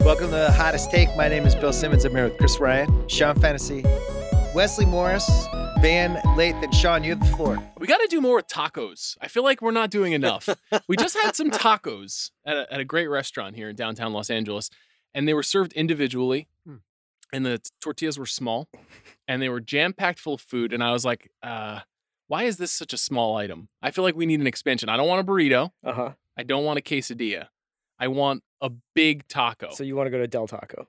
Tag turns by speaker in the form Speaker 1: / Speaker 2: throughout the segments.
Speaker 1: Welcome to the hottest take. My name is Bill Simmons. I'm here with Chris Ryan, Sean Fantasy, Wesley Morris, Van Lathan. Sean, you have the floor.
Speaker 2: We got to do more with tacos. I feel like we're not doing enough. we just had some tacos at a, at a great restaurant here in downtown Los Angeles, and they were served individually, and the t- tortillas were small, and they were jam packed full of food. And I was like, uh, why is this such a small item? I feel like we need an expansion. I don't want a burrito.
Speaker 3: Uh huh.
Speaker 2: I don't want a quesadilla. I want a big taco.
Speaker 3: So you want to go to Del Taco?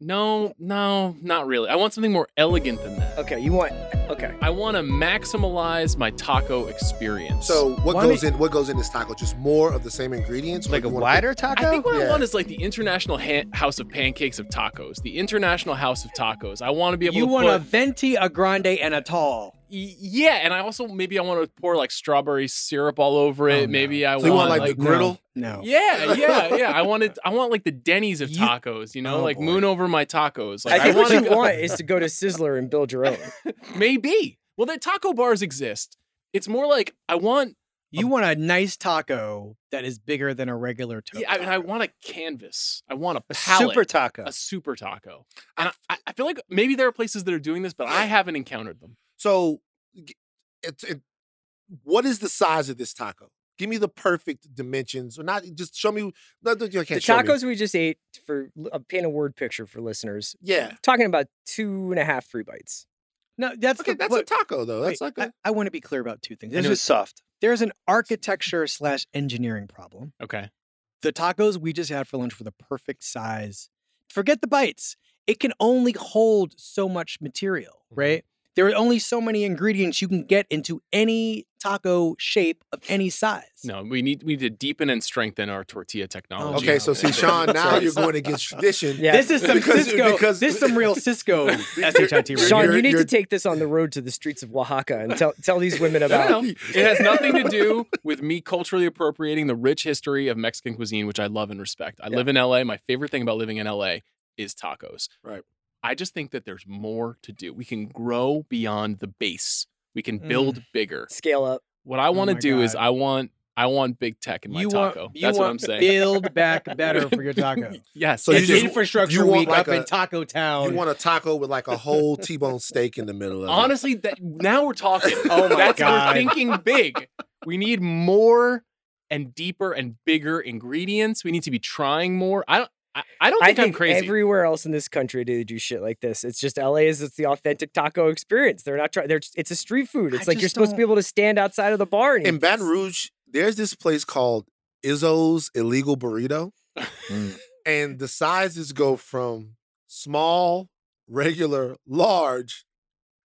Speaker 2: no, no, not really. I want something more elegant than that.
Speaker 3: Okay, you want okay.
Speaker 2: I want to maximize my taco experience.
Speaker 4: So what
Speaker 3: Why
Speaker 4: goes in? What goes in this taco? Just more of the same ingredients, or
Speaker 1: Like
Speaker 4: do
Speaker 1: a
Speaker 4: you wanna
Speaker 1: wider taco?
Speaker 2: I think what I
Speaker 4: Yeah.
Speaker 2: want is like the International ha- House of Pancakes of Tacos, the International House of Tacos. I want to be able
Speaker 5: You
Speaker 2: to
Speaker 5: want
Speaker 2: put,
Speaker 5: a venti, a grande, and a tall.
Speaker 2: Y- yeah, and I also maybe I want to pour like strawberry syrup all over it.
Speaker 5: Oh, no.
Speaker 2: Maybe I
Speaker 4: So
Speaker 2: want,
Speaker 4: you want, like, the griddle?
Speaker 5: No.
Speaker 2: yeah, yeah, yeah. I wanted I want like the Denny's of
Speaker 5: You-
Speaker 2: tacos. You know,
Speaker 5: Oh,
Speaker 2: like
Speaker 5: boy.
Speaker 2: moon over my tacos. Like I,
Speaker 3: I
Speaker 2: want
Speaker 3: think what
Speaker 2: to
Speaker 3: you
Speaker 2: go,
Speaker 3: want is to go to Sizzler and build your own.
Speaker 2: maybe. Well, the taco bars exist. It's more like I want.
Speaker 5: You want a nice taco that is bigger than a regular taco.
Speaker 2: Yeah, I, and I want a canvas. I want a,
Speaker 6: A
Speaker 2: palette.
Speaker 6: super taco.
Speaker 2: a super taco. And I, I feel like maybe there are places that are doing this, but I haven't encountered them.
Speaker 4: So, g- it's it, what is the size of this taco? Give me the perfect dimensions, or not? Just show me. No, no, you
Speaker 3: the
Speaker 4: can't show me.
Speaker 3: tacos we just ate for uh, paint a word picture for listeners.
Speaker 4: Yeah.
Speaker 3: Talking about two and a half free bites.
Speaker 5: No, that's
Speaker 4: Okay,
Speaker 5: the,
Speaker 4: that's a
Speaker 5: what-
Speaker 4: taco though. That's
Speaker 5: wait,
Speaker 4: like a,
Speaker 5: I, want to be clear about two things.
Speaker 6: and
Speaker 5: There's,
Speaker 6: it was soft.
Speaker 5: a- there's an architecture slash engineering problem.
Speaker 2: Okay.
Speaker 5: The tacos we just had for lunch were the perfect size. Forget the bites. It can only hold so much material,
Speaker 6: Mm-hmm.
Speaker 5: right? There are only so many ingredients you can get into any taco shape of any size.
Speaker 2: No, we need we need to deepen and strengthen our
Speaker 5: Oh,
Speaker 2: tortilla technology.
Speaker 4: okay.
Speaker 5: yeah.
Speaker 4: So see, Sean, now you're going against tradition.
Speaker 3: Yeah.
Speaker 5: This is some
Speaker 4: Because-
Speaker 5: Cisco.
Speaker 4: because-
Speaker 5: this is some real Cisco SHIT radio.
Speaker 3: Sean,
Speaker 4: You're-
Speaker 3: you need to
Speaker 4: you're-
Speaker 3: take this on the road to the streets of Oaxaca and tell tell these women
Speaker 2: No, no,
Speaker 3: about.
Speaker 2: no. It has nothing to do with me culturally appropriating the rich history of Mexican cuisine, which I love and respect. I live in LA. My favorite thing about living in LA is tacos.
Speaker 4: Right.
Speaker 2: I just think that there's more to do. We can grow beyond the base. We can build bigger.
Speaker 3: Scale up.
Speaker 2: What I want to
Speaker 5: Mm. Oh my
Speaker 2: do is
Speaker 5: God.
Speaker 2: I want I want big tech in my
Speaker 5: you
Speaker 2: taco.
Speaker 5: want, you
Speaker 2: That's what
Speaker 5: want
Speaker 2: I'm saying.
Speaker 5: build back better for your taco.
Speaker 2: yes.
Speaker 4: So you
Speaker 5: it's
Speaker 4: just-
Speaker 5: infrastructure
Speaker 4: you want
Speaker 5: week
Speaker 4: like
Speaker 5: up in
Speaker 4: a-
Speaker 5: Taco Town.
Speaker 4: You want a taco with like a whole T-bone steak in the middle of it.
Speaker 2: Honestly, that now we're talking.
Speaker 5: Oh my
Speaker 2: That's
Speaker 5: God.
Speaker 2: we're thinking big. We need more and deeper and bigger ingredients. We need to be trying more. I don't. I, I don't
Speaker 3: I
Speaker 2: think,
Speaker 3: think
Speaker 2: I'm crazy.
Speaker 3: everywhere else in this country they do shit like this. It's just LA is it's the authentic taco experience. They're not trying. They're it's a street food.
Speaker 5: I
Speaker 3: It's like you're
Speaker 5: just
Speaker 3: supposed to be
Speaker 5: don't-
Speaker 3: able to stand outside of the bar and eat
Speaker 4: in Baton
Speaker 3: this.
Speaker 4: Rouge, there's this place called Izzo's Illegal Burrito,
Speaker 5: Mm.
Speaker 4: and the sizes go from small, regular, large,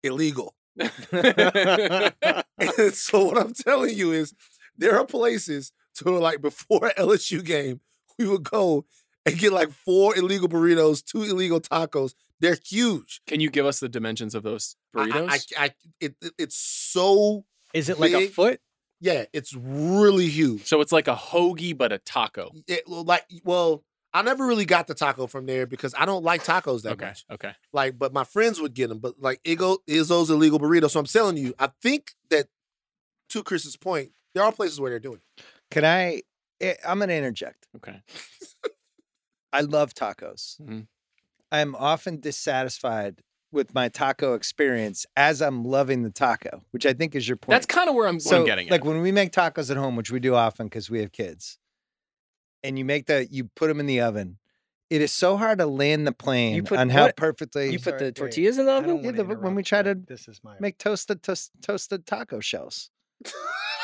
Speaker 4: illegal. And so what I'm telling you is, there are places to where, like before LSU game, we would go and get like four illegal burritos, two illegal tacos. They're huge.
Speaker 2: Can you give us the dimensions of those
Speaker 4: I- I-
Speaker 2: burritos?
Speaker 4: I, I, it, it- it's so
Speaker 5: Is it like a
Speaker 4: big-
Speaker 5: foot?
Speaker 4: Yeah, it's really huge.
Speaker 2: So it's like a hoagie but a taco.
Speaker 4: It well, like well, I never really got the taco from there because I don't like tacos that
Speaker 2: okay.
Speaker 4: much.
Speaker 2: Okay.
Speaker 4: Like, but my friends would get them. But like, it go Izzo's illegal burrito. So I'm telling you, I think that to Chris's point, there are places where they're doing it.
Speaker 1: Can I? eh, I'm going to interject.
Speaker 2: Okay.
Speaker 1: I love tacos.
Speaker 2: Mhm.
Speaker 1: I'm often dissatisfied with my taco experience as I'm loving the taco, which I think is your point.
Speaker 2: That's kind of where I'm, what
Speaker 1: so,
Speaker 2: I'm getting
Speaker 1: like
Speaker 2: at.
Speaker 1: when we make tacos at home, which we do often because we have kids, and you make the you put them in the oven. It is so hard to land the plane
Speaker 3: put
Speaker 1: on how
Speaker 3: what-
Speaker 1: perfectly
Speaker 3: You put
Speaker 5: sorry,
Speaker 3: the
Speaker 5: wait.
Speaker 3: tortillas in the
Speaker 5: I
Speaker 3: oven?
Speaker 5: don't
Speaker 1: Yeah,
Speaker 5: wanna
Speaker 1: the- when we
Speaker 5: interrupt,
Speaker 1: try to
Speaker 5: but this is my
Speaker 1: make toasted toast, toasted taco shells.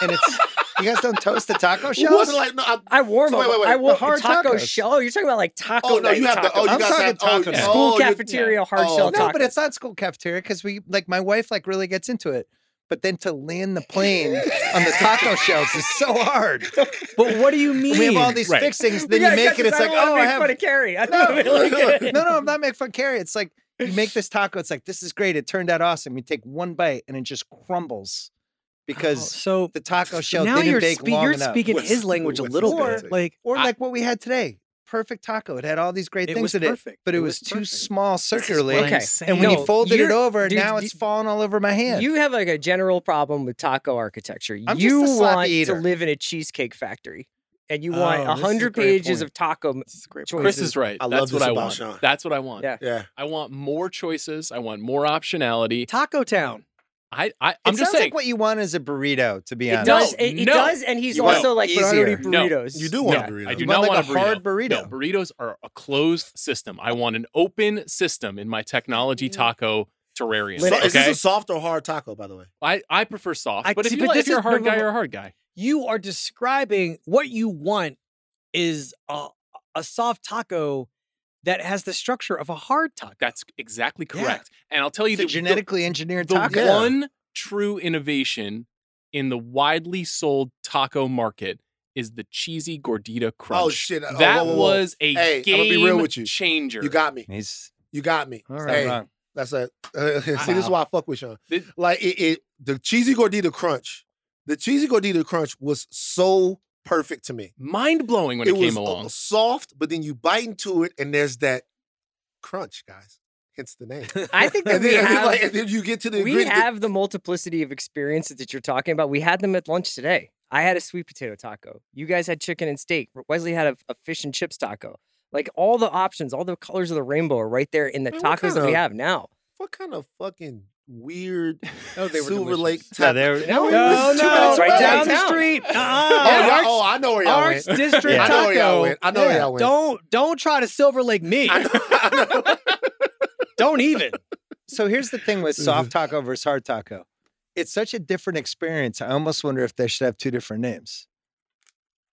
Speaker 1: And it's you guys don't toast the taco
Speaker 4: It
Speaker 1: shells.
Speaker 4: wasn't like no, I,
Speaker 3: I warm
Speaker 4: So
Speaker 3: up.
Speaker 4: wait, wait, wait,
Speaker 3: I
Speaker 4: the
Speaker 3: warm
Speaker 1: hard
Speaker 3: taco
Speaker 1: tacos.
Speaker 3: shell. Oh, you're talking about like taco.
Speaker 4: oh no,
Speaker 3: night
Speaker 4: you have the oh
Speaker 3: tacos.
Speaker 4: you
Speaker 1: I'm
Speaker 4: guys have
Speaker 1: talking
Speaker 4: oh,
Speaker 1: tacos.
Speaker 4: oh,
Speaker 3: school
Speaker 4: you-
Speaker 3: cafeteria hard
Speaker 4: oh,
Speaker 3: shell
Speaker 4: okay.
Speaker 1: no,
Speaker 3: tacos.
Speaker 1: but it's not school cafeteria because we like my wife
Speaker 5: Oh,
Speaker 1: like really gets into it. But then to land the plane on the taco shells is so hard.
Speaker 5: But what do you mean?
Speaker 1: We have all these
Speaker 2: Right.
Speaker 1: fixings, then you make it. It's like, oh, I have
Speaker 3: fun of Carrie. I
Speaker 1: No,
Speaker 3: don't wanna look at it.
Speaker 1: no, no, I'm not making fun of Carrie. It's like you make this taco. It's like this is great. It turned out awesome. You take one bite and it just crumbles
Speaker 5: Oh,
Speaker 1: because
Speaker 5: so
Speaker 1: the taco shell
Speaker 5: now
Speaker 1: didn't
Speaker 5: you're,
Speaker 1: bake
Speaker 5: spe-
Speaker 1: long
Speaker 5: you're
Speaker 1: enough.
Speaker 5: speaking
Speaker 4: What's-
Speaker 5: his language a
Speaker 4: what's
Speaker 5: little
Speaker 1: his
Speaker 4: language?
Speaker 5: bit. Like
Speaker 1: or
Speaker 2: I-
Speaker 1: like what we had today, perfect taco. It had all these great
Speaker 5: it
Speaker 1: things
Speaker 5: was
Speaker 1: in it,
Speaker 5: perfect,
Speaker 1: but it, was, too
Speaker 5: perfect.
Speaker 1: small circularly.
Speaker 3: Okay.
Speaker 1: And when
Speaker 3: No,
Speaker 1: you folded it
Speaker 3: you're-
Speaker 1: over,
Speaker 3: dude,
Speaker 1: now
Speaker 3: you-
Speaker 1: it's falling all over my hand.
Speaker 3: You have like a general problem with taco architecture.
Speaker 1: I'm just
Speaker 3: you
Speaker 1: a sloppy
Speaker 3: want
Speaker 1: eater.
Speaker 3: to live in a cheesecake factory, and you want
Speaker 5: Oh,
Speaker 3: a
Speaker 5: this is a
Speaker 3: hundred
Speaker 5: great
Speaker 3: pages
Speaker 5: point.
Speaker 3: of taco. m-
Speaker 2: Chris
Speaker 3: choices.
Speaker 2: is right.
Speaker 4: I love
Speaker 2: That's what
Speaker 4: this
Speaker 2: I
Speaker 4: about
Speaker 2: want.
Speaker 4: Sean.
Speaker 2: That's what I want.
Speaker 3: Yeah.
Speaker 4: Yeah.
Speaker 2: I want more choices. I want more optionality.
Speaker 5: Taco Town.
Speaker 2: I, I
Speaker 1: it
Speaker 2: I'm just
Speaker 1: sounds
Speaker 2: saying.
Speaker 1: like what you want is a burrito, to be
Speaker 3: It
Speaker 1: honest.
Speaker 3: does.
Speaker 2: No,
Speaker 3: It, it
Speaker 2: no.
Speaker 3: does, and he's
Speaker 2: You
Speaker 3: also
Speaker 1: want
Speaker 3: like
Speaker 1: easier.
Speaker 3: purity
Speaker 2: No.
Speaker 3: burritos.
Speaker 4: You do want
Speaker 3: Yeah.
Speaker 4: a burrito.
Speaker 2: I do
Speaker 1: You
Speaker 2: not
Speaker 1: want, like,
Speaker 2: want
Speaker 1: a
Speaker 2: a burrito.
Speaker 1: hard burrito.
Speaker 2: No, burritos are a closed system. I want an open system in my technology taco terrarium.
Speaker 4: So,
Speaker 3: Lin-
Speaker 4: Is this
Speaker 2: okay,
Speaker 4: a soft or hard taco, by the way?
Speaker 2: I, I prefer soft,
Speaker 5: I
Speaker 2: but if
Speaker 5: see,
Speaker 2: you
Speaker 5: but
Speaker 2: like, if
Speaker 5: this
Speaker 2: you're a
Speaker 5: is-
Speaker 2: hard
Speaker 5: no, no,
Speaker 2: guy,
Speaker 5: no.
Speaker 2: you're a hard guy.
Speaker 5: You are describing what you want is a, a soft taco that has the structure of a hard taco.
Speaker 2: That's exactly
Speaker 1: Yeah.
Speaker 2: correct. And I'll tell you
Speaker 1: It's a
Speaker 2: the
Speaker 1: genetically engineered
Speaker 2: the
Speaker 1: taco.
Speaker 4: Yeah.
Speaker 2: one true innovation in the widely sold taco market is the cheesy gordita crunch.
Speaker 4: shit. Oh,
Speaker 2: That
Speaker 4: whoa, whoa, whoa.
Speaker 2: was a
Speaker 4: Hey, I'ma
Speaker 2: game
Speaker 4: be real with you.
Speaker 2: changer.
Speaker 4: You got me.
Speaker 1: He's
Speaker 4: You got me.
Speaker 1: all
Speaker 4: Hey,
Speaker 1: right. wrong.
Speaker 4: That's a see. This is why I fuck with Sean.
Speaker 2: Thi-
Speaker 4: Like it, it, the cheesy gordita crunch. The cheesy gordita crunch was so perfect to me.
Speaker 2: mind blowing when it,
Speaker 4: it
Speaker 2: came
Speaker 4: was uh,
Speaker 2: along.
Speaker 4: soft, but then you bite into it, and there's that crunch, guys. Hence the name.
Speaker 3: I think that
Speaker 4: and,
Speaker 3: we
Speaker 4: then, and, then, like,
Speaker 3: have
Speaker 4: and then you get to the
Speaker 3: we
Speaker 4: ingredient-
Speaker 3: have the multiplicity of experiences that you're talking about. We had them at lunch today. I had a sweet potato taco. You guys had chicken and steak. Wesley had a, a fish and chips taco. Like all the options, all the colors of the rainbow are right there in the
Speaker 4: Man, what
Speaker 3: tacos that we
Speaker 4: kinda-
Speaker 3: have now.
Speaker 4: what kind of fucking weird
Speaker 5: Oh, they were
Speaker 4: Silver
Speaker 5: delicious.
Speaker 4: Lake
Speaker 1: Yeah,
Speaker 4: type.
Speaker 1: they were-
Speaker 4: No,
Speaker 5: No,
Speaker 4: it's two
Speaker 5: no,
Speaker 4: minutes
Speaker 5: right
Speaker 3: away.
Speaker 5: down the
Speaker 3: Downtown.
Speaker 5: street.
Speaker 4: oh,
Speaker 5: Uh-uh.
Speaker 4: y'all-
Speaker 5: Arts-
Speaker 4: oh, I know where y'all
Speaker 5: Arts
Speaker 4: went.
Speaker 5: District
Speaker 4: I know
Speaker 5: Taco.
Speaker 4: where y'all went. I know where
Speaker 5: Yeah.
Speaker 4: y'all went.
Speaker 5: Don't don't try to Silver Lake me.
Speaker 4: I know, I know.
Speaker 5: don't even.
Speaker 1: So here's the thing with soft taco versus hard taco. It's such a different experience. I almost wonder if they should have two different names.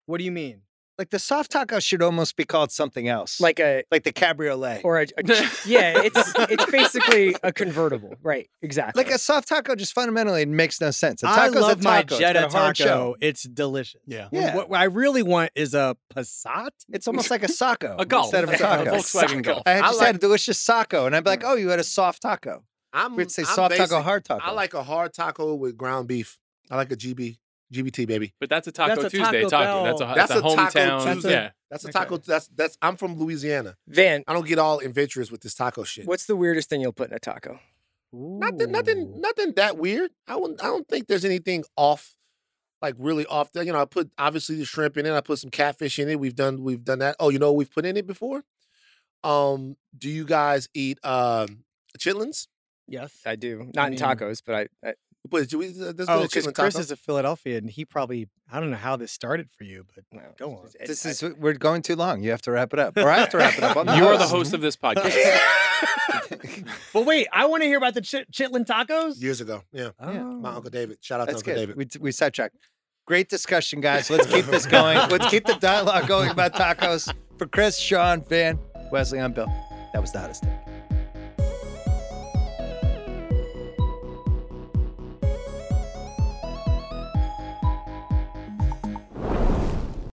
Speaker 5: What do you mean?
Speaker 1: Like the soft taco should almost be called something else.
Speaker 3: Like a
Speaker 1: like the cabriolet.
Speaker 3: or a, a yeah, it's it's basically a convertible, right? Exactly.
Speaker 1: like a soft taco just fundamentally makes no sense. A
Speaker 5: I
Speaker 1: taco's
Speaker 5: love
Speaker 1: a
Speaker 5: my
Speaker 1: taco. It's got
Speaker 5: Jetta
Speaker 1: a hard shell.
Speaker 5: taco. It's delicious.
Speaker 2: Yeah.
Speaker 5: What-
Speaker 1: Yeah.
Speaker 5: What, I really want is a Passat.
Speaker 1: It's almost like a socko
Speaker 2: A golf
Speaker 1: instead of a
Speaker 2: a
Speaker 1: taco.
Speaker 2: Volkswagen golf.
Speaker 1: I had
Speaker 4: I
Speaker 1: just
Speaker 4: like-
Speaker 1: had a delicious socko, and I'd be like, "Oh, you had a soft taco."
Speaker 4: I'm,
Speaker 1: We'd say
Speaker 4: Hmm, I'm
Speaker 1: soft
Speaker 4: basic.
Speaker 1: taco, hard taco.
Speaker 4: I like a hard taco with ground beef. I like a GB GBT baby.
Speaker 2: But that's a Taco
Speaker 5: That's a
Speaker 2: Tuesday
Speaker 5: Taco
Speaker 2: taco. That's a
Speaker 5: Bell.
Speaker 2: that's,
Speaker 4: That's
Speaker 2: a
Speaker 4: a Taco
Speaker 2: hometown.
Speaker 4: Tuesday.
Speaker 2: yeah.
Speaker 4: That's a
Speaker 5: Okay.
Speaker 4: taco. That's that's. I'm from Louisiana.
Speaker 3: Van,
Speaker 4: I don't get all adventurous with this taco shit.
Speaker 3: what's the weirdest thing you'll put in a taco?
Speaker 4: Nothing. Nothing. Nothing that weird. I wouldn't. I don't think there's anything off, like really off. There. You know, I put obviously the shrimp in it. I put some catfish in it. We've done. We've done that. Oh, you know, what we've put in it before. Um, do you guys eat um chitlins?
Speaker 5: Yes.
Speaker 3: I do not
Speaker 5: mean-
Speaker 3: in tacos, but I, I
Speaker 4: But do we? There's
Speaker 5: Oh,
Speaker 4: been a
Speaker 5: because
Speaker 4: chitlin
Speaker 5: Chris
Speaker 4: taco.
Speaker 5: is a Philadelphia, and he probably I don't know how this started for you, but
Speaker 3: no,
Speaker 5: Go
Speaker 3: it's
Speaker 5: on.
Speaker 3: just- it-
Speaker 1: This
Speaker 3: I-
Speaker 1: is we're going too long. You have to wrap it up, or I have to wrap it up. I'm
Speaker 2: You're the host of this podcast.
Speaker 5: but wait, I want to hear about the chit- chitlin tacos.
Speaker 4: Years ago, yeah. My uncle David. Shout out
Speaker 1: That's
Speaker 4: to Uncle
Speaker 1: good.
Speaker 4: David.
Speaker 1: We, we sidetracked. Great discussion, guys. Let's keep this going. Let's keep the dialogue going about tacos. For Chris, Sean, Van, Wesley, I'm Bill. That was the hottest. Take.